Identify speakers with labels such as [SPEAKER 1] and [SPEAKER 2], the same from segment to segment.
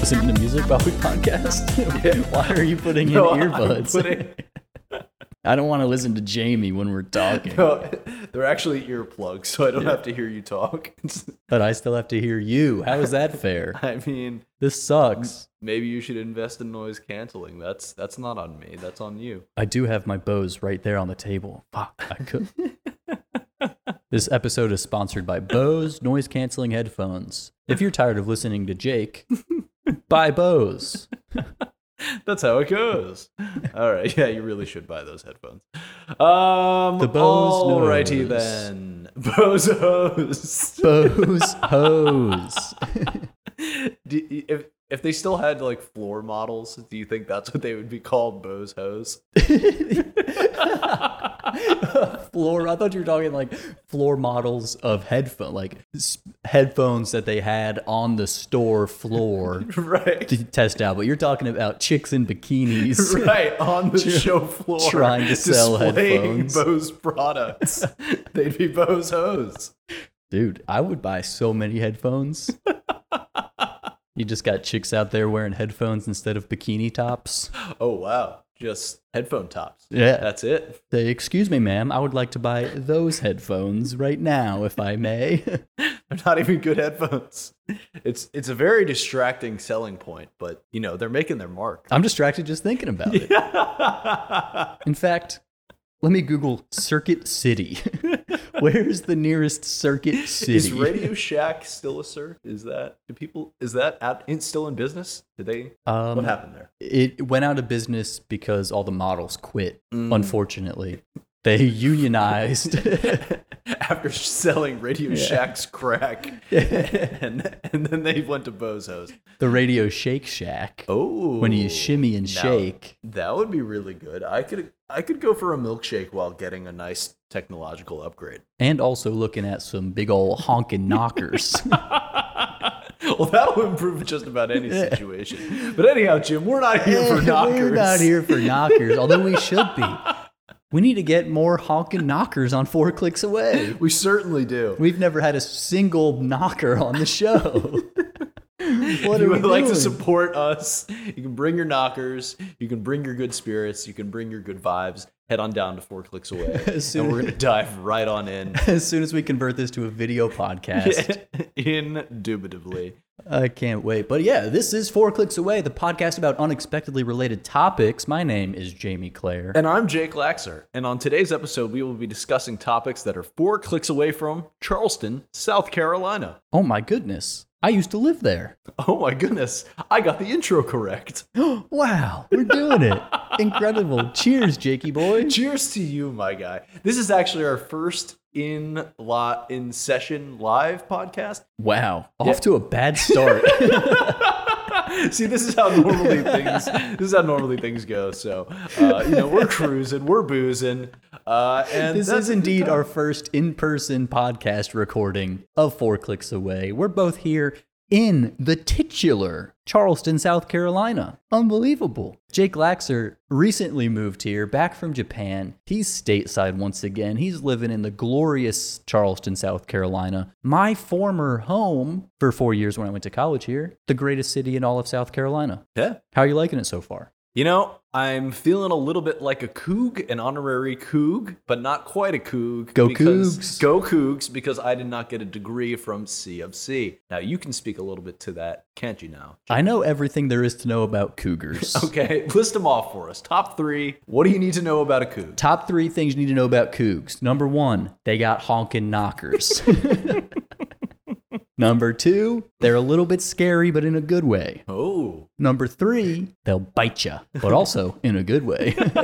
[SPEAKER 1] David Bowie podcast? Why are you putting
[SPEAKER 2] No,
[SPEAKER 1] in
[SPEAKER 2] I'm
[SPEAKER 1] earbuds?
[SPEAKER 2] putting-
[SPEAKER 1] I don't want to listen to Jamie when we're talking,
[SPEAKER 2] no, they're actually earplugs, so I don't have to hear you talk. It's-
[SPEAKER 1] but I still have to hear you. How is that fair?
[SPEAKER 2] I mean,
[SPEAKER 1] This sucks.
[SPEAKER 2] maybe you should invest in noise canceling. That's that's not on me. That's on you.
[SPEAKER 1] I do have my Bose right there on the table. Fuck, I could. this episode is sponsored by Bose noise canceling headphones. If you're tired of listening to Jake, buy Bose.
[SPEAKER 2] That's how it goes. All right. Yeah, you really should buy those headphones. Um,
[SPEAKER 1] The Bose
[SPEAKER 2] alrighty
[SPEAKER 1] knows.
[SPEAKER 2] then, Bose hose.
[SPEAKER 1] Bose hose.
[SPEAKER 2] Do you- if if they still had like floor models, do you think that's what they would be called, Bose hose?
[SPEAKER 1] floor. I thought you were talking like floor models of headphone, like s- headphones that they had on the store floor
[SPEAKER 2] right,
[SPEAKER 1] to test out. But you're talking about chicks in bikinis.
[SPEAKER 2] right on the show floor,
[SPEAKER 1] trying to sell
[SPEAKER 2] displaying
[SPEAKER 1] headphones.
[SPEAKER 2] Bose products. They'd be Bose hose.
[SPEAKER 1] Dude, I would buy so many headphones. you just got chicks out there wearing headphones instead of bikini tops.
[SPEAKER 2] Oh wow, just headphone tops.
[SPEAKER 1] Yeah.
[SPEAKER 2] that's it.
[SPEAKER 1] Say, excuse me, ma'am, I would like to buy those headphones right now, if I may.
[SPEAKER 2] They're not even good headphones. It's it's a very distracting selling point, but you know they're making their mark.
[SPEAKER 1] I'm distracted just thinking about it. In fact, let me Google Circuit City. Where's the nearest Circuit City?
[SPEAKER 2] Is Radio Shack still a sir? Is that do people is that at, in, still in business? Did they
[SPEAKER 1] Um,
[SPEAKER 2] what happened there?
[SPEAKER 1] It went out of business because all the models quit,
[SPEAKER 2] Mm.
[SPEAKER 1] unfortunately. They unionized.
[SPEAKER 2] After selling Radio Shack's crack, and, and then they went to Bozo's.
[SPEAKER 1] the radio Shake Shack.
[SPEAKER 2] Oh,
[SPEAKER 1] when you shimmy and
[SPEAKER 2] now-
[SPEAKER 1] shake.
[SPEAKER 2] that would be really good. I could I could go for a milkshake while getting a nice technological upgrade.
[SPEAKER 1] And also looking at some big old honking knockers.
[SPEAKER 2] Well, that will improve just about any situation. But anyhow, Jim, we're not here for knockers.
[SPEAKER 1] We're not here for knockers, although we should be. We need to get more honking knockers on four clicks away.
[SPEAKER 2] We certainly do.
[SPEAKER 1] We've never had a single knocker on the show. what
[SPEAKER 2] If
[SPEAKER 1] are
[SPEAKER 2] you
[SPEAKER 1] we
[SPEAKER 2] would like to
[SPEAKER 1] doing?
[SPEAKER 2] support us, you can bring your knockers, you can bring your good spirits, you can bring your good vibes. Head on down to four clicks away,
[SPEAKER 1] soon-
[SPEAKER 2] and we're gonna dive right on in.
[SPEAKER 1] As soon as we convert this to a video podcast,
[SPEAKER 2] Indubitably,
[SPEAKER 1] I can't wait. But yeah, this is Four Clicks Away, the podcast about unexpectedly related topics. My name is Jamie Clare.
[SPEAKER 2] and I'm Jake Laxer, and on today's episode, we will be discussing topics that are four clicks away from Charleston, South Carolina.
[SPEAKER 1] Oh my goodness. I used to live there.
[SPEAKER 2] Oh my goodness, I got the intro correct.
[SPEAKER 1] Wow, we're doing it. Incredible. Cheers, Jakey boy.
[SPEAKER 2] Cheers to you, my guy. This is actually our first in lot in session live podcast.
[SPEAKER 1] Wow. Off to a bad start.
[SPEAKER 2] See, this is how normally things. This is how normally things go. So, uh, you know, we're cruising, we're boozing, uh, and
[SPEAKER 1] this
[SPEAKER 2] that's-
[SPEAKER 1] is indeed our first in person podcast recording of Four Clicks Away. We're both here in the titular Charleston, South Carolina. Unbelievable. Jake Laxer recently moved here back from Japan. He's stateside once again. He's living in the glorious Charleston, South Carolina, my former home for four years when I went to college here, the greatest city in all of South Carolina.
[SPEAKER 2] Yeah.
[SPEAKER 1] How are you liking it so far?
[SPEAKER 2] You know, I'm feeling a little bit like a coog, an honorary coog, but not quite a coog.
[SPEAKER 1] Go
[SPEAKER 2] because-
[SPEAKER 1] Cougs.
[SPEAKER 2] Go Cougs, because I did not get a degree from C of C. Now you can speak a little bit to that, can't you? Now,
[SPEAKER 1] I know everything there is to know about cougars.
[SPEAKER 2] okay, list them off for us. Top three. What do you need to know about a coog?
[SPEAKER 1] Top three things you need to know about Cougs. Number one, they got honking knockers. Number two, they're a little bit scary, but in a good way.
[SPEAKER 2] Oh,
[SPEAKER 1] Number three, they'll bite you, but also in a good way.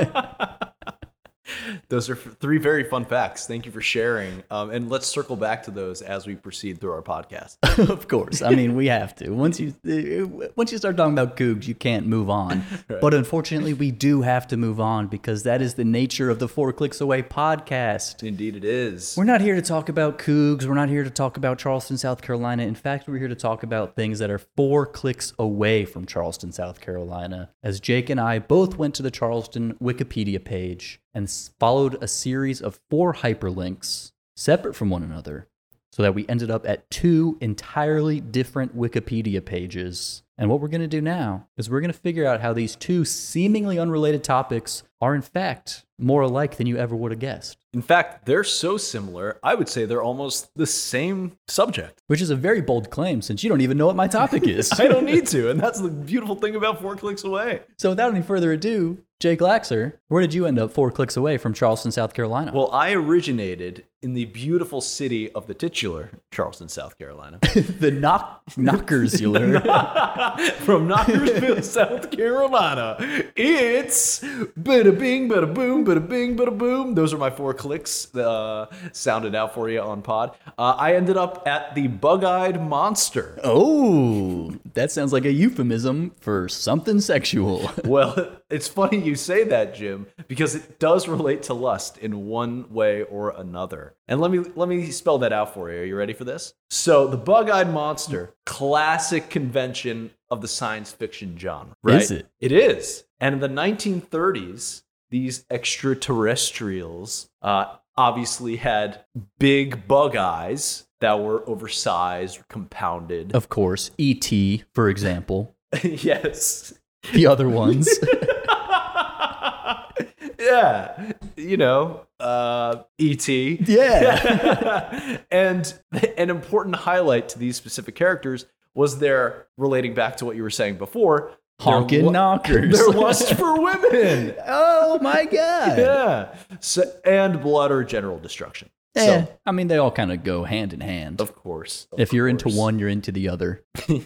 [SPEAKER 2] Those are f- three very fun facts. Thank you for sharing. Um, and let's circle back to those as we proceed through our podcast.
[SPEAKER 1] of course, I mean we have to. Once you uh, once you start talking about Cougs, you can't move on. But unfortunately, we do have to move on because that is the nature of the Four Clicks Away podcast.
[SPEAKER 2] Indeed, it is.
[SPEAKER 1] We're not here to talk about Cougs. We're not here to talk about Charleston, South Carolina. In fact, we're here to talk about things that are four clicks away from Charleston, South Carolina. As Jake and I both went to the Charleston Wikipedia page and s- followed a series of four hyperlinks separate from one another so that we ended up at two entirely different Wikipedia pages. And what we're going to do now is we're going to figure out how these two seemingly unrelated topics are, in fact, more alike than you ever would have guessed,
[SPEAKER 2] In fact, they're so similar, I would say they're almost the same subject.
[SPEAKER 1] which is a very bold claim since you don't even know what my topic is.
[SPEAKER 2] I don't need to, and that's the beautiful thing about four clicks away.
[SPEAKER 1] so, without any further ado, Jake Laxer, where did you end up four clicks away from Charleston, South Carolina?
[SPEAKER 2] Well, I originated in the beautiful city of the titular Charleston, South Carolina.
[SPEAKER 1] the knock- knockers you learn.
[SPEAKER 2] From Knockersville, South Carolina. It's bada bing, bada boom, bada bing, bada boom. Those are my four clicks uh, sounded out for you on pod. Uh, I ended up at the Bug Eyed Monster.
[SPEAKER 1] Oh, that sounds like a euphemism for something sexual.
[SPEAKER 2] Well, it's funny you say that, Jim, because it does relate to lust in one way or another. And let me let me spell that out for you. Are you ready for this? So, the bug-eyed monster, classic convention of the science fiction genre, right?
[SPEAKER 1] Is it?
[SPEAKER 2] It is. And in the 1930s, these extraterrestrials uh, obviously had big bug eyes that were oversized, compounded.
[SPEAKER 1] Of course, E.T., for example,
[SPEAKER 2] yes.
[SPEAKER 1] the other ones.
[SPEAKER 2] yeah, you know, uh, E.T.
[SPEAKER 1] yeah.
[SPEAKER 2] and an important highlight to these specific characters was their relating back to what you were saying before. their
[SPEAKER 1] Honkin'
[SPEAKER 2] lu-
[SPEAKER 1] knockers.
[SPEAKER 2] Their lust for women.
[SPEAKER 1] oh my God.
[SPEAKER 2] Yeah. So, and blood or general destruction.
[SPEAKER 1] Eh,
[SPEAKER 2] So,
[SPEAKER 1] I mean, they all kind of go hand in hand.
[SPEAKER 2] of course. of
[SPEAKER 1] If you're into
[SPEAKER 2] course.
[SPEAKER 1] one, you're into the other.
[SPEAKER 2] you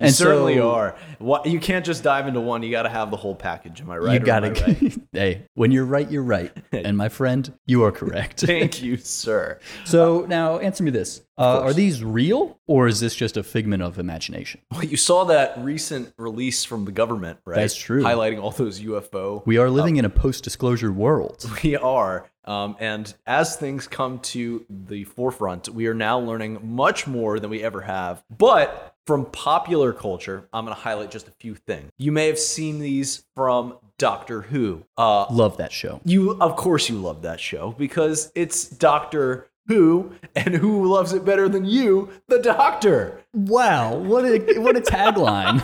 [SPEAKER 1] and
[SPEAKER 2] certainly
[SPEAKER 1] so-
[SPEAKER 2] are. What, you can't just dive into one. You got to have the whole package. Am I right?
[SPEAKER 1] you
[SPEAKER 2] or am
[SPEAKER 1] gotta,
[SPEAKER 2] I right?
[SPEAKER 1] hey, when you're right, you're right. And my friend, you are correct.
[SPEAKER 2] Thank you, sir.
[SPEAKER 1] so now answer me this uh, Are
[SPEAKER 2] course.
[SPEAKER 1] these real or is this just a figment of imagination?
[SPEAKER 2] Well, you saw that recent release from the government, right?
[SPEAKER 1] That's true.
[SPEAKER 2] Highlighting all those UFO.
[SPEAKER 1] We are living in a post disclosure world.
[SPEAKER 2] We are. Um, and as things come to the forefront, we are now learning much more than we ever have. But from popular culture, I'm going to highlight just a few things. You may have seen these from Doctor Who. Uh,
[SPEAKER 1] Love that show.
[SPEAKER 2] you, of course, you love that show because it's Doctor Who, and who loves it better than you, the Doctor?
[SPEAKER 1] Wow, what a what a tagline.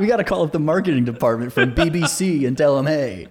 [SPEAKER 1] we got to call up the marketing department from BBC and tell them, "Hey,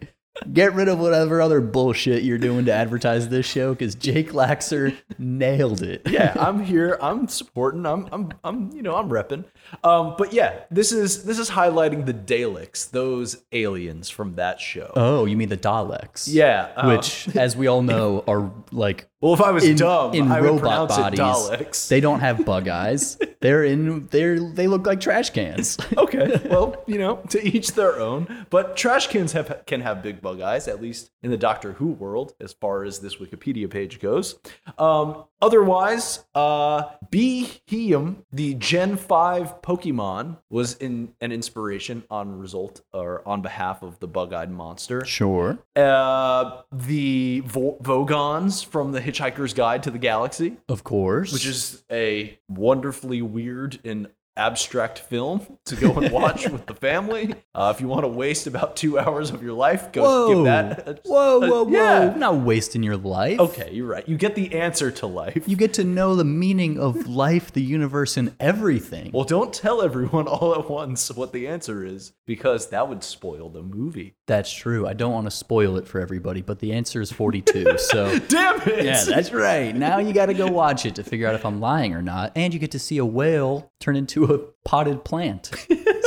[SPEAKER 1] get rid of whatever other bullshit you're doing to advertise this show cuz Jake Laxer nailed it."
[SPEAKER 2] yeah, I'm here. I'm supporting. I'm, I'm, I'm, you know, I'm repping. Um, but yeah, this is this is highlighting the Daleks, those aliens from that show.
[SPEAKER 1] Oh, you mean the Daleks?
[SPEAKER 2] yeah,
[SPEAKER 1] Oh.
[SPEAKER 2] uh,
[SPEAKER 1] Which as we all know are like
[SPEAKER 2] well, if I was
[SPEAKER 1] in,
[SPEAKER 2] dumb,
[SPEAKER 1] in
[SPEAKER 2] I would
[SPEAKER 1] robot
[SPEAKER 2] pronounce
[SPEAKER 1] bodies.
[SPEAKER 2] it Daleks.
[SPEAKER 1] They don't have bug eyes. They're in they're they look like trash cans.
[SPEAKER 2] okay, well, you know, to each their own. But trash cans have can have big bug eyes, at least in the Doctor Who world, as far as this Wikipedia page goes. Um, otherwise, uh, Behem, the Gen Five Pokemon, was in an inspiration on result or on behalf of the bug-eyed monster.
[SPEAKER 1] Sure.
[SPEAKER 2] Uh, the Vo- Vogons from The Hitchhiker's Guide to the Galaxy
[SPEAKER 1] Of course.
[SPEAKER 2] which is a wonderfully weird and abstract film to go and watch with the family. Uh, if you want to waste about two hours of your life, go
[SPEAKER 1] Whoa.
[SPEAKER 2] give that. a-
[SPEAKER 1] whoa, whoa, whoa.
[SPEAKER 2] yeah.
[SPEAKER 1] Not wasting your life.
[SPEAKER 2] Okay, you're right. You get the answer to life.
[SPEAKER 1] You get to know the meaning of life, the universe, and everything.
[SPEAKER 2] Well, don't tell everyone all at once what the answer is because that would spoil the movie.
[SPEAKER 1] That's true. I don't want to spoil it for everybody, but the answer is 42. So,
[SPEAKER 2] Damn it!
[SPEAKER 1] yeah, that's right. Now you got to go watch it to figure out if I'm lying or not. And you get to see a whale turn into a potted plant.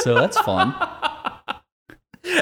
[SPEAKER 1] So, that's fun.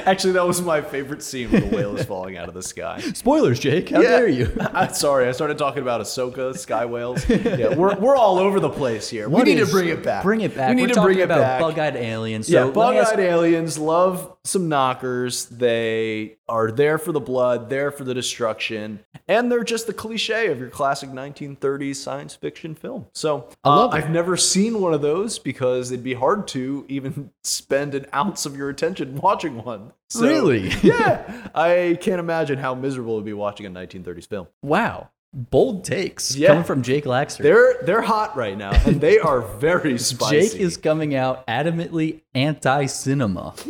[SPEAKER 2] Actually, that was my favorite scene when the whale is falling out of the sky.
[SPEAKER 1] Spoilers, Jake. How
[SPEAKER 2] Yeah.
[SPEAKER 1] dare you?
[SPEAKER 2] I'm sorry, I started talking about Ahsoka, Sky Whales. Yeah, we're, we're all over the place here. We need to bring it back.
[SPEAKER 1] Bring it back.
[SPEAKER 2] We need
[SPEAKER 1] We're
[SPEAKER 2] to
[SPEAKER 1] talking
[SPEAKER 2] bring it
[SPEAKER 1] about
[SPEAKER 2] back.
[SPEAKER 1] bug-eyed aliens. So
[SPEAKER 2] yeah,
[SPEAKER 1] let me
[SPEAKER 2] bug
[SPEAKER 1] ask
[SPEAKER 2] eyed aliens love some knockers. They are there for the blood, there for the destruction, and they're just the cliche of your classic 1930s science fiction film. So
[SPEAKER 1] I
[SPEAKER 2] uh,
[SPEAKER 1] love it.
[SPEAKER 2] I've never seen one of those because it'd be hard to even spend an ounce of your attention watching one. So,
[SPEAKER 1] Really?
[SPEAKER 2] yeah. I can't imagine how miserable it would be watching a 1930s film.
[SPEAKER 1] Wow. Bold takes
[SPEAKER 2] Yeah.
[SPEAKER 1] coming from Jake Laxer.
[SPEAKER 2] They're they're hot right now, and they are very spicy.
[SPEAKER 1] Jake is coming out adamantly anti cinema.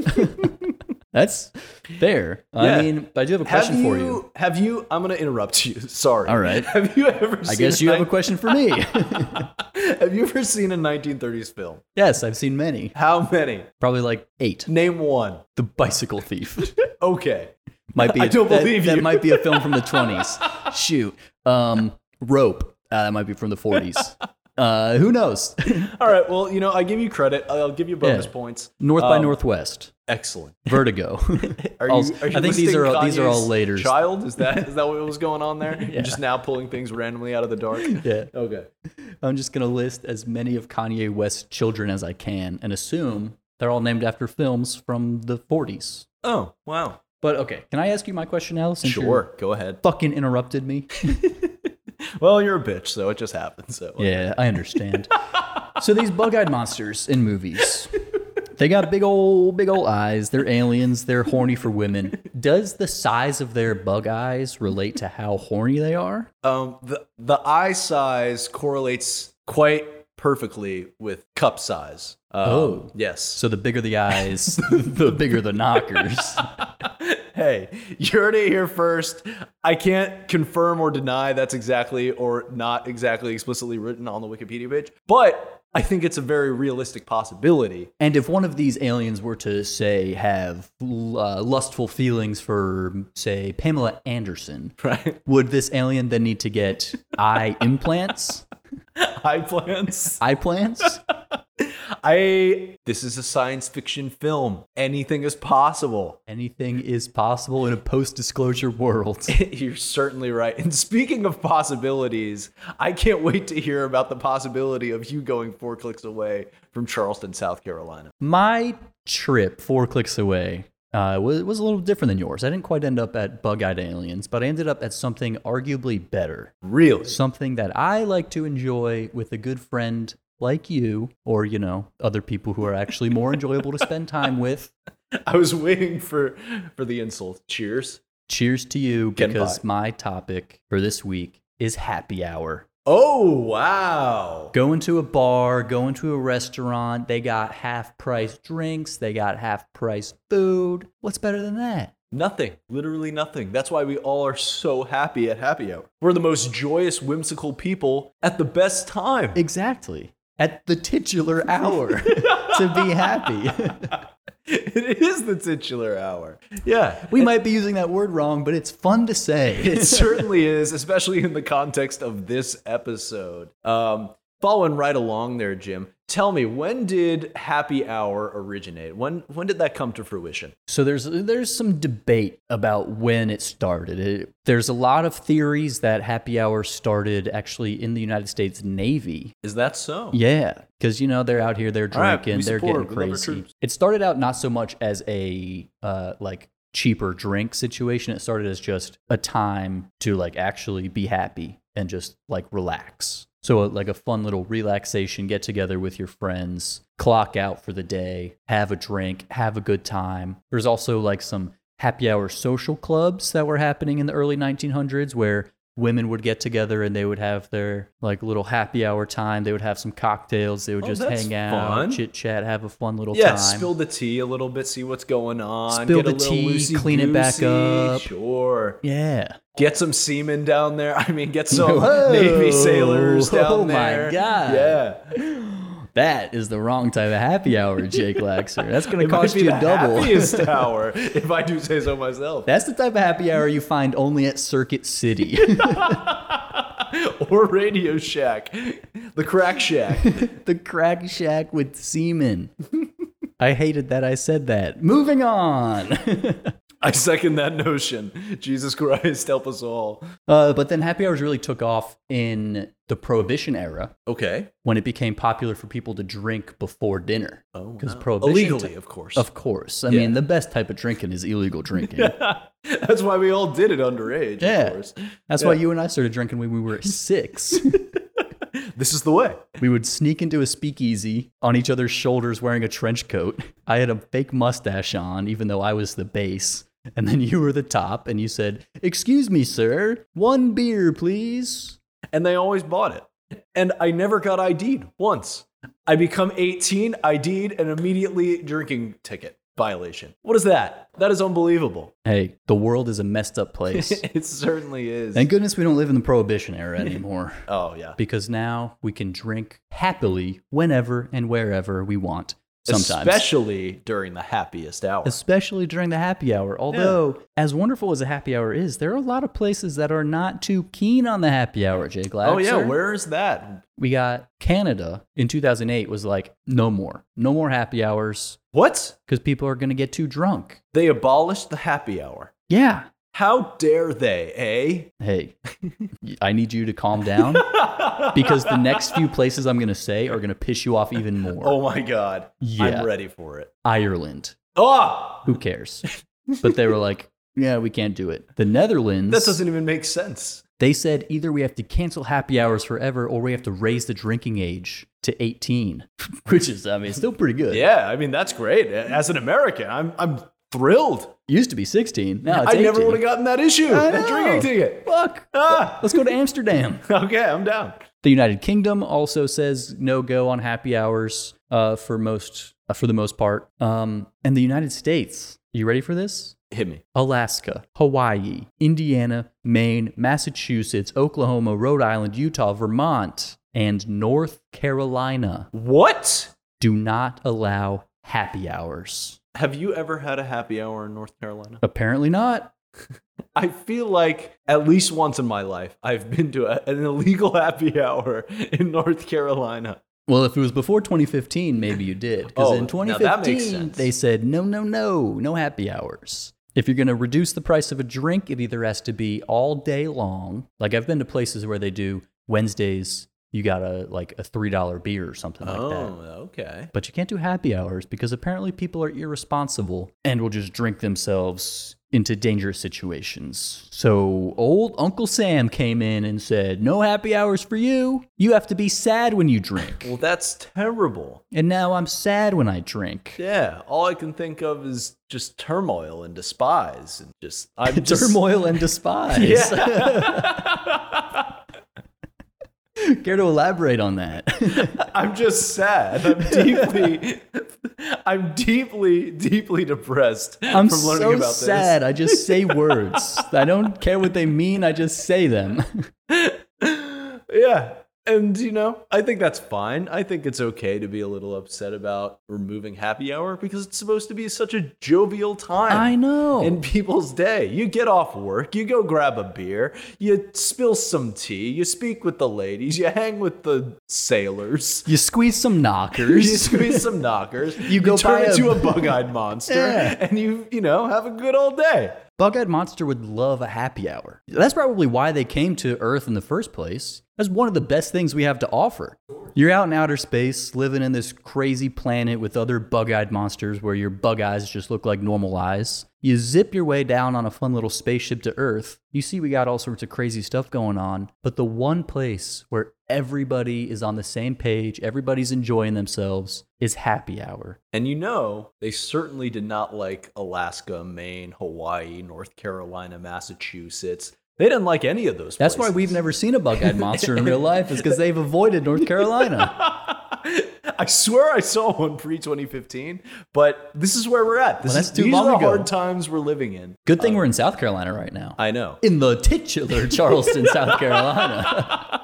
[SPEAKER 1] That's fair.
[SPEAKER 2] Yeah.
[SPEAKER 1] I mean, but I do have a question
[SPEAKER 2] have
[SPEAKER 1] for you.
[SPEAKER 2] Have you? I'm going to interrupt you. Sorry.
[SPEAKER 1] All right.
[SPEAKER 2] Have you ever?
[SPEAKER 1] I guess you have a question for me.
[SPEAKER 2] question. have you ever seen a 1930s film?
[SPEAKER 1] yes, I've seen many.
[SPEAKER 2] How many?
[SPEAKER 1] Probably like eight.
[SPEAKER 2] Name one.
[SPEAKER 1] The Bicycle Thief
[SPEAKER 2] Okay.
[SPEAKER 1] might be.
[SPEAKER 2] I don't
[SPEAKER 1] that,
[SPEAKER 2] believe
[SPEAKER 1] that
[SPEAKER 2] you.
[SPEAKER 1] might be a film from the twenties. Shoot. Um, Rope. Uh, that might be from the forties. Uh, who knows?
[SPEAKER 2] All right. Well, you know, I give you credit. I'll give you bonus
[SPEAKER 1] Yeah.
[SPEAKER 2] points.
[SPEAKER 1] North by
[SPEAKER 2] Um,
[SPEAKER 1] Northwest.
[SPEAKER 2] Excellent.
[SPEAKER 1] Vertigo.
[SPEAKER 2] Are you,
[SPEAKER 1] Also-
[SPEAKER 2] are you
[SPEAKER 1] I think these
[SPEAKER 2] listing
[SPEAKER 1] are all, these are all
[SPEAKER 2] Kanye's
[SPEAKER 1] later.
[SPEAKER 2] Child, is that is that what was going on there? You're just now pulling things randomly out of the dark.
[SPEAKER 1] Yeah.
[SPEAKER 2] Okay.
[SPEAKER 1] I'm just gonna list as many of Kanye West's children as I can, and assume they're all named after films from the 40s.
[SPEAKER 2] Oh wow.
[SPEAKER 1] But okay, can I ask you my question now? Since you
[SPEAKER 2] Sure. Go ahead.
[SPEAKER 1] fucking interrupted me.
[SPEAKER 2] Well, you're a bitch, so it just happens. So
[SPEAKER 1] Yeah, I understand. so these bug-eyed monsters in movies, they got big old, big old eyes. They're aliens. They're horny for women. Does the size of their bug eyes relate to how horny they are?
[SPEAKER 2] um, the the eye size correlates quite perfectly with cup size. Um,
[SPEAKER 1] Oh.
[SPEAKER 2] yes.
[SPEAKER 1] So the bigger the eyes, the bigger the knockers.
[SPEAKER 2] Hey, you heard it here first. I can't confirm or deny that's exactly or not exactly explicitly written on the Wikipedia page, but I think it's a very realistic possibility.
[SPEAKER 1] And if one of these aliens were to, say, have uh, lustful feelings for, say, Pamela Anderson,
[SPEAKER 2] Right?
[SPEAKER 1] would this alien then need to get eye implants?
[SPEAKER 2] Eye plans.
[SPEAKER 1] Eye plants?
[SPEAKER 2] I. This is a science fiction film. Anything is possible.
[SPEAKER 1] Anything is possible in a post disclosure world.
[SPEAKER 2] You're certainly right. And speaking of possibilities, I can't wait to hear about the possibility of you going four clicks away from Charleston, South Carolina.
[SPEAKER 1] My trip, four clicks away, uh, was, was a little different than yours. I didn't quite end up at Bug Eyed Aliens, but I ended up at something arguably better.
[SPEAKER 2] Really?
[SPEAKER 1] Something that I like to enjoy with a good friend like you, or, you know, other people who are actually more enjoyable to spend time with.
[SPEAKER 2] I was waiting for for the insult. Cheers.
[SPEAKER 1] Cheers to you
[SPEAKER 2] Getting
[SPEAKER 1] because
[SPEAKER 2] by.
[SPEAKER 1] my topic for this week is happy hour.
[SPEAKER 2] Oh wow.
[SPEAKER 1] Going to a bar, going to a restaurant, they got half price drinks, they got half price food. What's better than that?
[SPEAKER 2] Nothing. Literally nothing. That's why we all are so happy at happy hour. We're the most joyous, whimsical people at the best time.
[SPEAKER 1] Exactly. At the titular hour to be happy.
[SPEAKER 2] It is the titular hour. Yeah.
[SPEAKER 1] We might be using that word wrong, but it's fun to say.
[SPEAKER 2] It certainly is, especially in the context of this episode. Um, following right along there, Jim. Tell me, when did happy hour originate? When when did that come to fruition?
[SPEAKER 1] So there's there's some debate about when it started. It, there's a lot of theories that happy hour started actually in the United States Navy
[SPEAKER 2] Is that so?
[SPEAKER 1] Yeah, because you know they're out here, they're
[SPEAKER 2] All right,
[SPEAKER 1] drinking,
[SPEAKER 2] we
[SPEAKER 1] they're
[SPEAKER 2] support
[SPEAKER 1] getting
[SPEAKER 2] them, we love our
[SPEAKER 1] crazy.
[SPEAKER 2] troops.
[SPEAKER 1] It started out not so much as a uh, like cheaper drink situation. It started as just a time to like actually be happy and just like relax. So uh, like a fun little relaxation get together with your friends, clock out for the day, have a drink, have a good time. There's also like some happy hour social clubs that were happening in the early 1900s where women would get together and they would have their like little happy hour time. They would have some cocktails. They would
[SPEAKER 2] Oh,
[SPEAKER 1] just
[SPEAKER 2] that's
[SPEAKER 1] hang
[SPEAKER 2] fun.
[SPEAKER 1] out, chit chat, have a fun little
[SPEAKER 2] Yeah,
[SPEAKER 1] time.
[SPEAKER 2] spill the tea a little bit, see what's going on.
[SPEAKER 1] Spill
[SPEAKER 2] get a
[SPEAKER 1] the
[SPEAKER 2] little
[SPEAKER 1] tea, clean it back
[SPEAKER 2] loosey-goosey,
[SPEAKER 1] up.
[SPEAKER 2] Sure.
[SPEAKER 1] yeah.
[SPEAKER 2] Get some seamen down there. I mean, get some
[SPEAKER 1] Whoa.
[SPEAKER 2] Navy sailors down
[SPEAKER 1] Oh my
[SPEAKER 2] there.
[SPEAKER 1] God.
[SPEAKER 2] Yeah.
[SPEAKER 1] That is the wrong type of happy hour, Jake Laxer. That's going to
[SPEAKER 2] It
[SPEAKER 1] cost
[SPEAKER 2] might be
[SPEAKER 1] you
[SPEAKER 2] the
[SPEAKER 1] double.
[SPEAKER 2] happiest hour, if I do say so myself.
[SPEAKER 1] That's the type of happy hour you find only at Circuit City.
[SPEAKER 2] or Radio Shack, the Crack Shack.
[SPEAKER 1] the crack shack with semen. I hated that I said that. Moving on.
[SPEAKER 2] I second that notion. Jesus Christ, help us all.
[SPEAKER 1] uh, but then happy hours really took off in the Prohibition era
[SPEAKER 2] Okay.
[SPEAKER 1] when it became popular for people to drink before dinner.
[SPEAKER 2] Oh,
[SPEAKER 1] 'Cause
[SPEAKER 2] wow.
[SPEAKER 1] prohibition
[SPEAKER 2] illegally,
[SPEAKER 1] ti-
[SPEAKER 2] of course.
[SPEAKER 1] Of course. I mean, the best type of drinking is illegal drinking.
[SPEAKER 2] That's why we all did it underage.
[SPEAKER 1] Yeah.
[SPEAKER 2] Of course.
[SPEAKER 1] That's why you and I started drinking when we were six.
[SPEAKER 2] This is the way.
[SPEAKER 1] we would sneak into a speakeasy on each other's shoulders wearing a trench coat. I had a fake mustache on, even though I was the base. And then you were the top, and you said, Excuse me, sir, one beer, please.
[SPEAKER 2] And they always bought it. And I never got ID'd once. I become 18, ID'd, and immediately drinking ticket. violation. What is that? That is unbelievable.
[SPEAKER 1] Hey, the world is a messed up place.
[SPEAKER 2] it certainly is.
[SPEAKER 1] Thank goodness we don't live in the prohibition era anymore
[SPEAKER 2] oh yeah.
[SPEAKER 1] because now we can drink happily whenever and wherever we want. Sometimes.
[SPEAKER 2] Especially during the happiest hour.
[SPEAKER 1] especially during the happy hour. Although, as wonderful as a happy hour is, there are a lot of places that are not too keen on the happy hour, Jay Glaxer.
[SPEAKER 2] Oh yeah, where is that?
[SPEAKER 1] we got Canada in 2008 was like, no more, no more happy hours
[SPEAKER 2] What?
[SPEAKER 1] because people are going to get too drunk.
[SPEAKER 2] They abolished the happy hour.
[SPEAKER 1] Yeah.
[SPEAKER 2] How dare they, eh?
[SPEAKER 1] Hey, I need you to calm down because the next few places I'm going to say are going to piss you off even more.
[SPEAKER 2] Oh my god.
[SPEAKER 1] Yeah.
[SPEAKER 2] I'm ready for it.
[SPEAKER 1] Ireland,
[SPEAKER 2] Oh,
[SPEAKER 1] who cares? but they were like, yeah, we can't do it. The Netherlands.
[SPEAKER 2] that doesn't even make sense.
[SPEAKER 1] They said either we have to cancel happy hours forever or we have to raise the drinking age to 18, which is, I mean, still pretty good.
[SPEAKER 2] Yeah, I mean that's great. As an American, I'm I'm thrilled.
[SPEAKER 1] Used to be 16. Now it's
[SPEAKER 2] I never
[SPEAKER 1] 18.
[SPEAKER 2] would have gotten that issue.
[SPEAKER 1] I know.
[SPEAKER 2] That drinking ticket.
[SPEAKER 1] Fuck.
[SPEAKER 2] Ah,
[SPEAKER 1] Let's go to Amsterdam.
[SPEAKER 2] okay, I'm down.
[SPEAKER 1] The United Kingdom also says no go on happy hours uh, for most uh, for the most part. Um, and the United States. You ready for this?
[SPEAKER 2] Hit me.
[SPEAKER 1] Alaska, Hawaii, Indiana, Maine, Massachusetts, Oklahoma, Rhode Island, Utah, Vermont, and North Carolina
[SPEAKER 2] What?
[SPEAKER 1] do not allow happy hours.
[SPEAKER 2] Have you ever had a happy hour in North Carolina?
[SPEAKER 1] Apparently not.
[SPEAKER 2] I feel like at least once in my life I've been to a, an illegal happy hour in North Carolina.
[SPEAKER 1] Well, if it was before 2015, maybe you did. Because
[SPEAKER 2] Oh,
[SPEAKER 1] in
[SPEAKER 2] now that makes
[SPEAKER 1] 2015,
[SPEAKER 2] sense.
[SPEAKER 1] they said no, no, no, no happy hours. If you're going to reduce the price of a drink, it either has to be all day long. Like I've been to places where they do Wednesdays, you got a like a three dollar beer or something like
[SPEAKER 2] Oh.
[SPEAKER 1] that.
[SPEAKER 2] okay.
[SPEAKER 1] But you can't do happy hours because apparently people are irresponsible and will just drink themselves into dangerous situations. So old Uncle Sam came in and said, No happy hours for you. You have to be sad when you drink.
[SPEAKER 2] Well, that's terrible.
[SPEAKER 1] and now I'm sad when I drink.
[SPEAKER 2] Yeah, all I can think of is just turmoil and despise and just I'm just,
[SPEAKER 1] Turmoil and despise. Care to elaborate on that?
[SPEAKER 2] I'm just sad. I'm deeply I'm deeply deeply depressed
[SPEAKER 1] I'm
[SPEAKER 2] from learning
[SPEAKER 1] so
[SPEAKER 2] about this.
[SPEAKER 1] sad. I just say words. I don't care what they mean. I just say them.
[SPEAKER 2] yeah. And you know, I think that's fine. I think it's okay to be a little upset about removing happy hour because it's supposed to be such a jovial
[SPEAKER 1] I
[SPEAKER 2] time
[SPEAKER 1] know.
[SPEAKER 2] in people's day. You get off work, you go grab a beer, you spill some tea, you speak with the ladies, you hang with the sailors.
[SPEAKER 1] you squeeze some
[SPEAKER 2] You
[SPEAKER 1] knockers.
[SPEAKER 2] squeeze some knockers. You
[SPEAKER 1] go
[SPEAKER 2] turn
[SPEAKER 1] buy a-
[SPEAKER 2] into a bug-eyed monster,
[SPEAKER 1] Yeah.
[SPEAKER 2] and you you know have a good old day.
[SPEAKER 1] Bug-Eyed Monster would love a happy hour. That's probably why they came to Earth in the first place. That's one of the best things we have to offer. You're out in outer space, living in this crazy planet with other bug-eyed monsters where your bug eyes just look like normal eyes. You zip your way down on a fun little spaceship to Earth. You see we got all sorts of crazy stuff going on, but the one place where everybody is on the same page, everybody's enjoying themselves, is happy hour.
[SPEAKER 2] And you know, they certainly did not like Alaska, Maine, Hawaii, North Carolina, Massachusetts. They didn't like any of those
[SPEAKER 1] That's why
[SPEAKER 2] places.
[SPEAKER 1] we've never seen a bug-eyed monster in real life is because they've avoided North Carolina.
[SPEAKER 2] I swear I saw one pre 2015, but this is where we're at. This
[SPEAKER 1] Well,
[SPEAKER 2] is,
[SPEAKER 1] that's too
[SPEAKER 2] these
[SPEAKER 1] long
[SPEAKER 2] are the
[SPEAKER 1] ago.
[SPEAKER 2] hard times we're living in.
[SPEAKER 1] Good thing we're in South Carolina right now.
[SPEAKER 2] I know.
[SPEAKER 1] in the titular Charleston, South Carolina.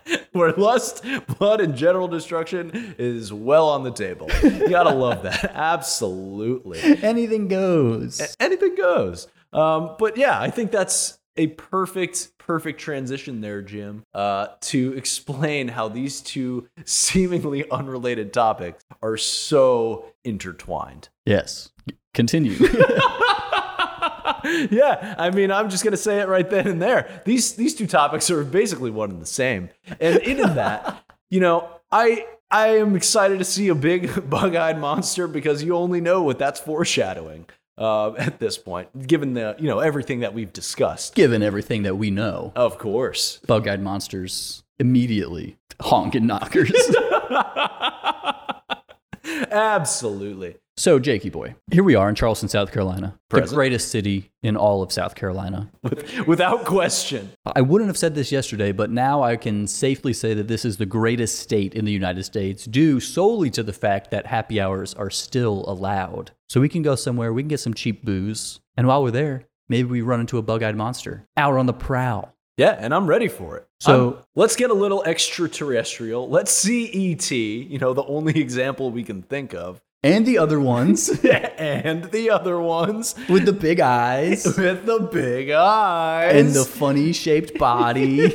[SPEAKER 2] Where lust, blood, and general destruction is well on the table. You gotta love that. Absolutely.
[SPEAKER 1] Anything
[SPEAKER 2] Eh.
[SPEAKER 1] goes.
[SPEAKER 2] anything goes. Um, but yeah, I think that's a perfect, perfect transition there, Jim, uh, to explain how these two seemingly unrelated topics are so intertwined.
[SPEAKER 1] Yes. Continue.
[SPEAKER 2] yeah, I mean, I'm just gonna say it right then and there. These these two topics are basically one and the same, and in that, you know, I I am excited to see a big bug-eyed monster because you only know what that's foreshadowing uh, at this point, given the you know everything that we've discussed.
[SPEAKER 1] Given everything that we know,
[SPEAKER 2] Of course.
[SPEAKER 1] bug eyed monsters immediately honk and knockers.
[SPEAKER 2] Absolutely.
[SPEAKER 1] So, Jakey boy, here we are in Charleston, South Carolina, the
[SPEAKER 2] Present.
[SPEAKER 1] greatest city in all of South Carolina.
[SPEAKER 2] With, without question.
[SPEAKER 1] I wouldn't have said this yesterday, but now I can safely say that this is the greatest state in the United States due solely to the fact that happy hours are still allowed. So we can go somewhere, we can get some cheap booze, and while we're there, maybe we run into a bug eyed monster out on the prowl.
[SPEAKER 2] Yeah, and I'm ready for it.
[SPEAKER 1] So-
[SPEAKER 2] I'm- let's get a little extraterrestrial. Let's see ET, you know, the only example we can think of,
[SPEAKER 1] And the other ones
[SPEAKER 2] and the other ones
[SPEAKER 1] with the big eyes
[SPEAKER 2] with the big eyes.
[SPEAKER 1] and the funny shaped body.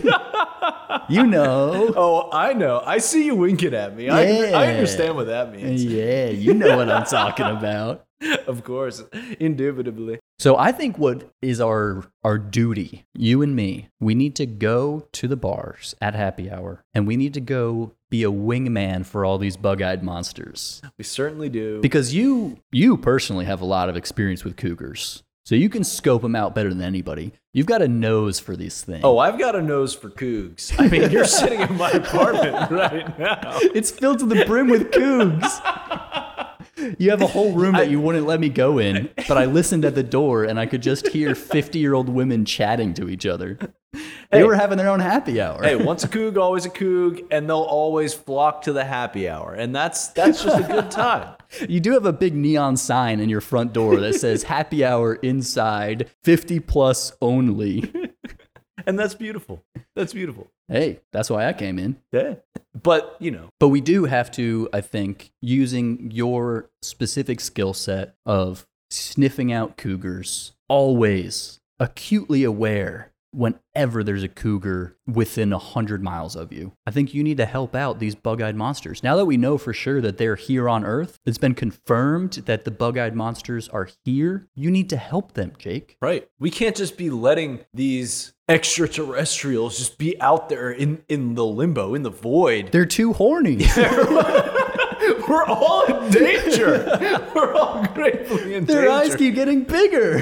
[SPEAKER 1] you know.
[SPEAKER 2] oh, I know. I see you winking at me. I, I
[SPEAKER 1] Yeah.
[SPEAKER 2] understand what that means.
[SPEAKER 1] Yeah, you know what I'm talking about.
[SPEAKER 2] Of course, indubitably.
[SPEAKER 1] So I think what is our our duty, you and me, we need to go to the bars at happy hour and we need to go be a wingman for all these bug-eyed monsters.
[SPEAKER 2] We certainly do.
[SPEAKER 1] Because you you personally have a lot of experience with cougars. So you can scope them out better than anybody. You've got a nose for these things.
[SPEAKER 2] Oh, I've got a nose for cougs. I mean, you're sitting in my apartment right now.
[SPEAKER 1] it's filled to the brim with cougs. You have a whole room that you wouldn't let me go in, but I listened at the door and I could just hear 50-year-old women chatting to each other. They were having their own happy hour.
[SPEAKER 2] Hey, once a coog, always a coog, and they'll always flock to the happy hour, and that's that's just a good time.
[SPEAKER 1] You do have a big neon sign in your front door that says happy hour inside, 50 plus only.
[SPEAKER 2] And that's beautiful. That's beautiful.
[SPEAKER 1] Hey, that's why I came in.
[SPEAKER 2] Yeah. But you know,
[SPEAKER 1] But we do have to, I think, using your specific skill set of sniffing out cougars, always acutely aware whenever there's a cougar within 100 miles of you. I think you need to help out these bug-eyed monsters. Now that we know for sure that they're here on Earth, it's been confirmed that the bug-eyed monsters are here. You need to help them, Jake.
[SPEAKER 2] right? We can't just be letting these extraterrestrials just be out there in in the limbo, in the void.
[SPEAKER 1] They're too horny.
[SPEAKER 2] We're all in danger. We're all greatly in
[SPEAKER 1] Their eyes
[SPEAKER 2] danger,
[SPEAKER 1] keep getting bigger.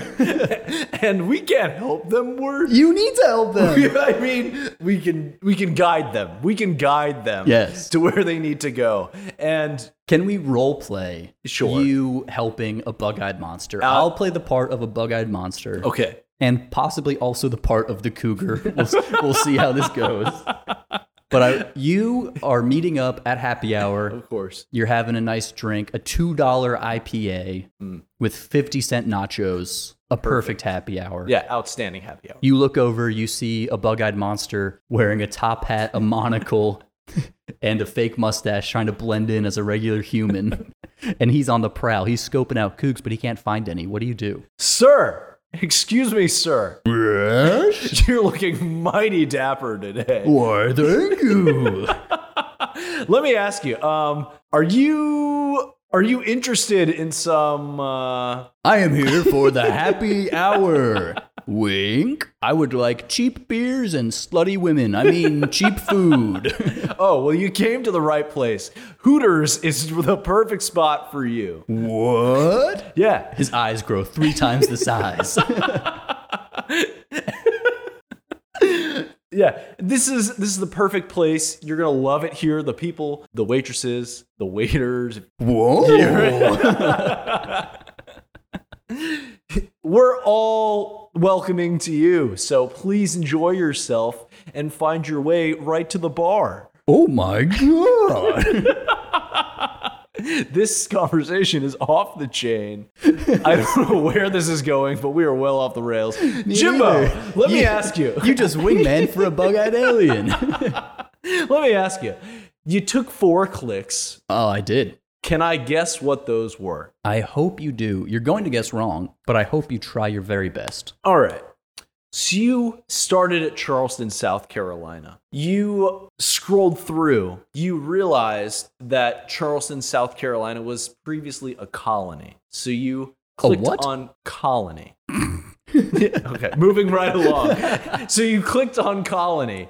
[SPEAKER 2] and we can't help them. We're
[SPEAKER 1] You need to help them.
[SPEAKER 2] I mean, we can we can guide them. We can guide them
[SPEAKER 1] Yes.
[SPEAKER 2] to where they need to go. And
[SPEAKER 1] Can we role play
[SPEAKER 2] Sure. Uh,
[SPEAKER 1] you helping a bug-eyed monster? I'll play the part of a bug-eyed monster
[SPEAKER 2] okay,
[SPEAKER 1] and possibly also the part of the cougar. We'll, we'll see how this goes. But I, you are meeting up at happy hour.
[SPEAKER 2] of course.
[SPEAKER 1] You're having a nice drink, a $2 IPA
[SPEAKER 2] Hmm.
[SPEAKER 1] with 50 cent nachos, a perfect happy hour.
[SPEAKER 2] Yeah, outstanding happy hour.
[SPEAKER 1] You look over, you see a bug eyed monster wearing a top hat, a monocle, and a fake mustache trying to blend in as a regular human. and he's on the prowl. He's scoping out kooks, but he can't find any. What do you do?
[SPEAKER 2] Sir, excuse me, sir. You're looking mighty dapper today.
[SPEAKER 1] Why, thank you.
[SPEAKER 2] Let me ask you, um, are you are you interested in some uh
[SPEAKER 1] I am here for the happy hour. Wink. I would like cheap beers and slutty women. I mean, cheap food.
[SPEAKER 2] Oh, well you came to the right place. Hooters is the perfect spot for you.
[SPEAKER 1] what?
[SPEAKER 2] Yeah.
[SPEAKER 1] His eyes grow three times the size.
[SPEAKER 2] Yeah, this is this is the perfect place. You're gonna love it here. The people, the waitresses, the waiters.
[SPEAKER 1] Whoa.
[SPEAKER 2] We're all welcoming to you. So please enjoy yourself and find your way right to the bar.
[SPEAKER 1] Oh my god.
[SPEAKER 2] This conversation is off the chain. I don't know where this is going, but we are well off the rails. Jimbo,
[SPEAKER 1] neither.
[SPEAKER 2] let me
[SPEAKER 1] You-
[SPEAKER 2] ask you.
[SPEAKER 1] you just wingman for a bug-eyed alien.
[SPEAKER 2] Let me ask you. You took four clicks.
[SPEAKER 1] oh, I did.
[SPEAKER 2] Can I guess what those were?
[SPEAKER 1] I hope you do. You're going to guess wrong, but I hope you try your very best.
[SPEAKER 2] All right. So you started at Charleston, South Carolina. You scrolled through. You realized that Charleston, South Carolina was previously a colony. So you clicked
[SPEAKER 1] what?
[SPEAKER 2] on colony. okay, moving right along. So you clicked on colony.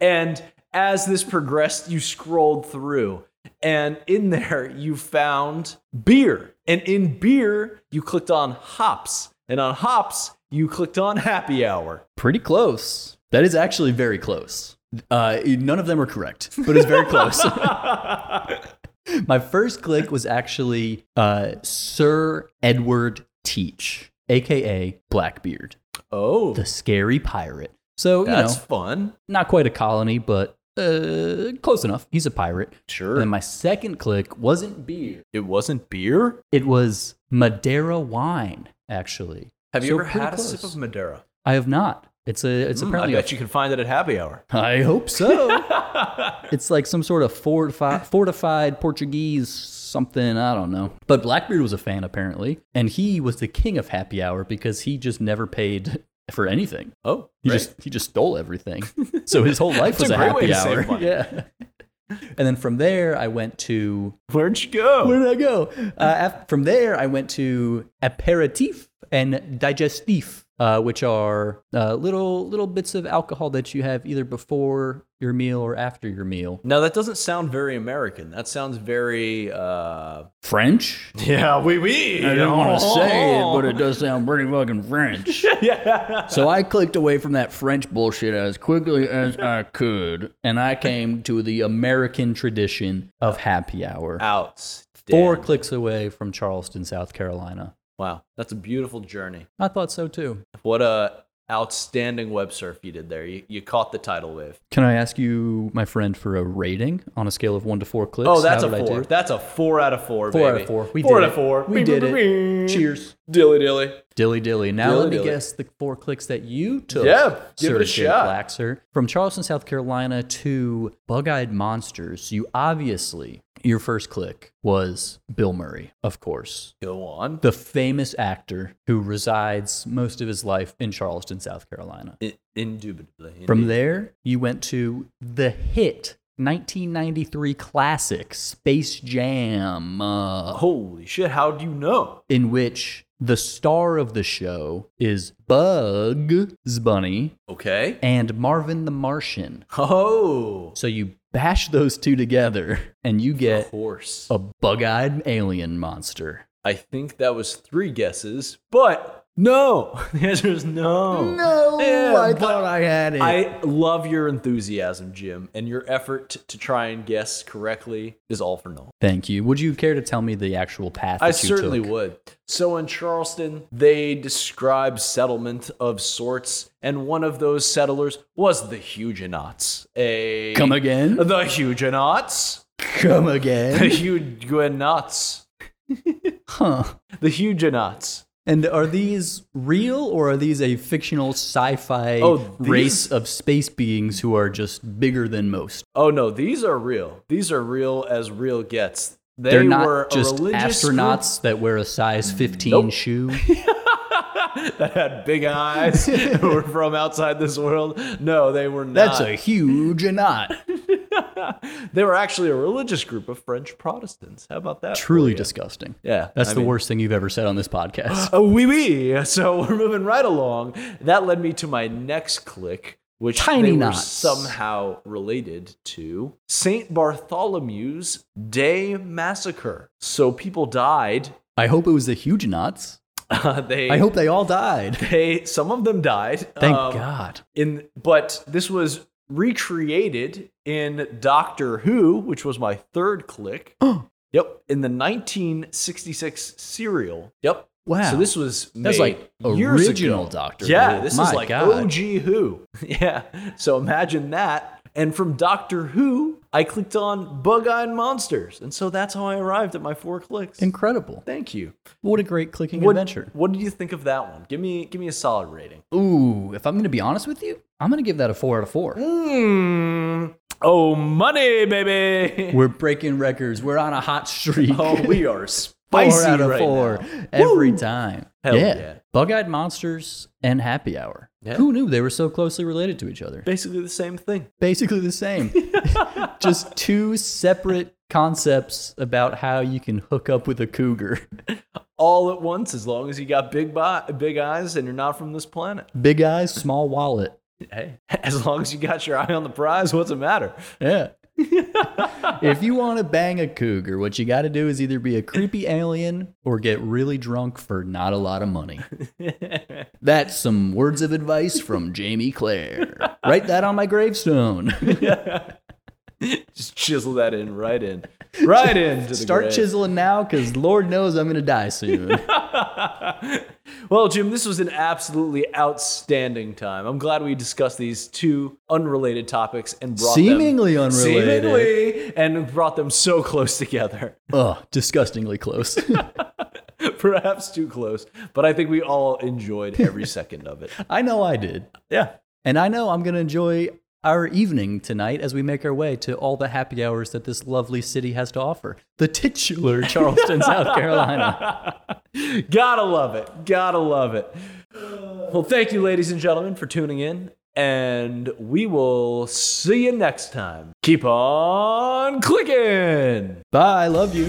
[SPEAKER 2] And as this progressed, you scrolled through. And in there, you found beer. And in beer, you clicked on hops. And on hops, you clicked on happy hour.
[SPEAKER 1] Pretty close. That is actually e, very close. Uh, none of them are correct, but it's very close. My first click was actually uh, Sir Edward Teach, aka Blackbeard,
[SPEAKER 2] Oh,
[SPEAKER 1] the scary pirate. So
[SPEAKER 2] that's
[SPEAKER 1] you know,
[SPEAKER 2] fun.
[SPEAKER 1] not quite a colony, but uh, close enough. He's a pirate. And
[SPEAKER 2] Sure.
[SPEAKER 1] then my second click wasn't beer;
[SPEAKER 2] it wasn't beer.
[SPEAKER 1] it was Madeira wine. Actually,
[SPEAKER 2] Have you
[SPEAKER 1] So
[SPEAKER 2] ever
[SPEAKER 1] pretty
[SPEAKER 2] had a sip
[SPEAKER 1] close.
[SPEAKER 2] of Madeira?
[SPEAKER 1] I have not. It's a. It's
[SPEAKER 2] Mm, I
[SPEAKER 1] apparently. a-
[SPEAKER 2] bet you can find it at happy hour.
[SPEAKER 1] I hope so. it's like some sort of fortified, fortified Portuguese something. I don't know. But Blackbeard was a fan apparently, and he was the king of happy hour because he just never paid for anything.
[SPEAKER 2] Oh,
[SPEAKER 1] He
[SPEAKER 2] great.
[SPEAKER 1] just he just stole everything. So his whole life was
[SPEAKER 2] That's
[SPEAKER 1] a,
[SPEAKER 2] a great
[SPEAKER 1] happy
[SPEAKER 2] way to save
[SPEAKER 1] hour.
[SPEAKER 2] money.
[SPEAKER 1] Yeah. And then from there, I went to
[SPEAKER 2] where'd you go?
[SPEAKER 1] where did I go? Uh, af- from there, I went to aperitif and digestif, uh, which are uh, little little bits of alcohol that you have either before your meal or after your meal.
[SPEAKER 2] now that doesn't sound very American. That sounds very uh
[SPEAKER 1] French? Oh.
[SPEAKER 2] Yeah, we we
[SPEAKER 1] I don't want to say it, but it does sound pretty fucking French.
[SPEAKER 2] yeah.
[SPEAKER 1] so I clicked away from that French bullshit as quickly as I could, and I came to the American tradition of happy hour.
[SPEAKER 2] Out.
[SPEAKER 1] Four clicks away from Charleston, South Carolina.
[SPEAKER 2] Wow. That's a beautiful journey.
[SPEAKER 1] I thought so too.
[SPEAKER 2] What a outstanding web surf you did there. You, you caught the tidal wave.
[SPEAKER 1] Can I ask you, my friend, for a rating on a scale of one to four clicks?
[SPEAKER 2] Oh, that's
[SPEAKER 1] How
[SPEAKER 2] a
[SPEAKER 1] did I
[SPEAKER 2] four.
[SPEAKER 1] do?
[SPEAKER 2] That's a four out of four.
[SPEAKER 1] Four out
[SPEAKER 2] baby.
[SPEAKER 1] of four. We
[SPEAKER 2] four
[SPEAKER 1] did
[SPEAKER 2] out of
[SPEAKER 1] it.
[SPEAKER 2] four.
[SPEAKER 1] We did it. Cheers.
[SPEAKER 2] Dilly dilly.
[SPEAKER 1] Dilly dilly. Now
[SPEAKER 2] Dilly
[SPEAKER 1] let me
[SPEAKER 2] dilly.
[SPEAKER 1] guess the four clicks that you took.
[SPEAKER 2] Yeah, give
[SPEAKER 1] Sir
[SPEAKER 2] it a
[SPEAKER 1] Jay
[SPEAKER 2] shot.
[SPEAKER 1] Blaxer. From Charleston, South Carolina to Bug Eyed Monsters, you obviously, your first click was Bill Murray, of course,
[SPEAKER 2] Go on.
[SPEAKER 1] the famous actor who resides most of his life in Charleston, South Carolina.
[SPEAKER 2] I- indubitably.
[SPEAKER 1] From
[SPEAKER 2] indeed.
[SPEAKER 1] there, you went to the hit 1993 classic Space Jam. uh,
[SPEAKER 2] Holy shit! How do you know?
[SPEAKER 1] in which the star of the show is Bugs Bunny
[SPEAKER 2] Okay.
[SPEAKER 1] and Marvin the Martian.
[SPEAKER 2] Oh,
[SPEAKER 1] So you bash those two together and you
[SPEAKER 2] of
[SPEAKER 1] get
[SPEAKER 2] course.
[SPEAKER 1] a bug eyed alien monster.
[SPEAKER 2] I think that was three guesses, but no. The answer is no. Yeah, but
[SPEAKER 1] I had it.
[SPEAKER 2] I love your enthusiasm, Jim, and your effort t- to try and guess correctly is all for naught.
[SPEAKER 1] Thank you. Would you care to tell me the actual path?
[SPEAKER 2] I
[SPEAKER 1] that you
[SPEAKER 2] certainly
[SPEAKER 1] took?
[SPEAKER 2] would. So in Charleston, they describe settlement of sorts, and one of those settlers was the Huguenots. A
[SPEAKER 1] Come again?
[SPEAKER 2] the Huguenots,
[SPEAKER 1] Come
[SPEAKER 2] the
[SPEAKER 1] again?
[SPEAKER 2] Huguenots,
[SPEAKER 1] huh.
[SPEAKER 2] the Huguenots.
[SPEAKER 1] And are these real or are these a fictional sci fi
[SPEAKER 2] Oh, these-
[SPEAKER 1] race of space beings who are just bigger than most?
[SPEAKER 2] Oh no, these are real. These are real as real gets. They
[SPEAKER 1] They're not
[SPEAKER 2] were
[SPEAKER 1] just
[SPEAKER 2] a religious group
[SPEAKER 1] astronauts that wear a size 15
[SPEAKER 2] Nope.
[SPEAKER 1] shoe.
[SPEAKER 2] that had big eyes and were from outside this world. No, they were not.
[SPEAKER 1] That's a huge knot.
[SPEAKER 2] They were actually a religious group of French Protestants. How about that?
[SPEAKER 1] Truly disgusting.
[SPEAKER 2] Yeah,
[SPEAKER 1] That's
[SPEAKER 2] Oh, I
[SPEAKER 1] the
[SPEAKER 2] mean-
[SPEAKER 1] worst thing you've ever said on this podcast.
[SPEAKER 2] Oh, wee wee. So we're moving right along. That led me to my next click, which
[SPEAKER 1] Tiny
[SPEAKER 2] they were
[SPEAKER 1] knots.
[SPEAKER 2] somehow related to Saint Bartholomew's Day Massacre. So people died.
[SPEAKER 1] I hope it was the Huguenots.
[SPEAKER 2] they.
[SPEAKER 1] I hope they all died.
[SPEAKER 2] They, some of them died.
[SPEAKER 1] Thank
[SPEAKER 2] Um,
[SPEAKER 1] God.
[SPEAKER 2] in but this was recreated in Doctor Who, which was my third click. yep, in the 1966 serial. Yep.
[SPEAKER 1] Wow.
[SPEAKER 2] So this was made
[SPEAKER 1] That's like
[SPEAKER 2] years
[SPEAKER 1] original
[SPEAKER 2] ago.
[SPEAKER 1] Doctor.
[SPEAKER 2] Yeah,
[SPEAKER 1] Who.
[SPEAKER 2] this
[SPEAKER 1] My
[SPEAKER 2] is like
[SPEAKER 1] God.
[SPEAKER 2] OG Who. yeah. So imagine that. And from Doctor Who, I clicked on Bug-Eyed Monsters, and so that's how I arrived at my four clicks.
[SPEAKER 1] Incredible.
[SPEAKER 2] Thank you.
[SPEAKER 1] What a great clicking
[SPEAKER 2] What,
[SPEAKER 1] adventure.
[SPEAKER 2] what did you think of that one? Give me give me a solid rating.
[SPEAKER 1] Ooh, if I'm going to be honest with you, I'm going to give that a four out of four. Hmm.
[SPEAKER 2] Mm. Oh, money, baby.
[SPEAKER 1] We're breaking records. We're on a hot streak.
[SPEAKER 2] oh, we are
[SPEAKER 1] four
[SPEAKER 2] spicy
[SPEAKER 1] out of
[SPEAKER 2] right
[SPEAKER 1] four
[SPEAKER 2] now.
[SPEAKER 1] every
[SPEAKER 2] Woo!
[SPEAKER 1] time.
[SPEAKER 2] Hell
[SPEAKER 1] yeah.
[SPEAKER 2] yeah.
[SPEAKER 1] Bug Eyed Monsters and Happy Hour.
[SPEAKER 2] Yeah.
[SPEAKER 1] Who knew they were so closely related to each other?
[SPEAKER 2] Basically the same thing.
[SPEAKER 1] Basically the same. Just two separate concepts about how you can hook up with a cougar.
[SPEAKER 2] All at once, as long as you got big bi- big eyes and you're not from this planet.
[SPEAKER 1] Big eyes, small wallet.
[SPEAKER 2] Hey, as long as you got your eye on the prize, what's the matter?
[SPEAKER 1] Yeah. if you want to bang a cougar, what you got to do is either be a creepy alien or get really drunk for not a lot of money. That's some words of advice from Jamie Clare. Write that on my gravestone.
[SPEAKER 2] Just chisel that in right in. right into the
[SPEAKER 1] Start
[SPEAKER 2] grave.
[SPEAKER 1] chiseling now because Lord knows I'm going to die soon.
[SPEAKER 2] Well, Jim, this was an absolutely outstanding time. I'm glad we discussed these two unrelated topics and brought
[SPEAKER 1] Seemingly
[SPEAKER 2] them,
[SPEAKER 1] unrelated.
[SPEAKER 2] seemingly, and brought them so close together.
[SPEAKER 1] Ugh, disgustingly close.
[SPEAKER 2] Perhaps too close, but I think we all enjoyed every second of it.
[SPEAKER 1] I know I did.
[SPEAKER 2] Yeah.
[SPEAKER 1] And I know I'm going to enjoy our evening tonight as we make our way to all the happy hours that this lovely city has to offer. The titular Charleston, South Carolina.
[SPEAKER 2] Gotta love it. Gotta love it. Well, thank you, ladies and gentlemen, for tuning in, and we will see you next time. Keep on clicking.
[SPEAKER 1] Bye. I love you.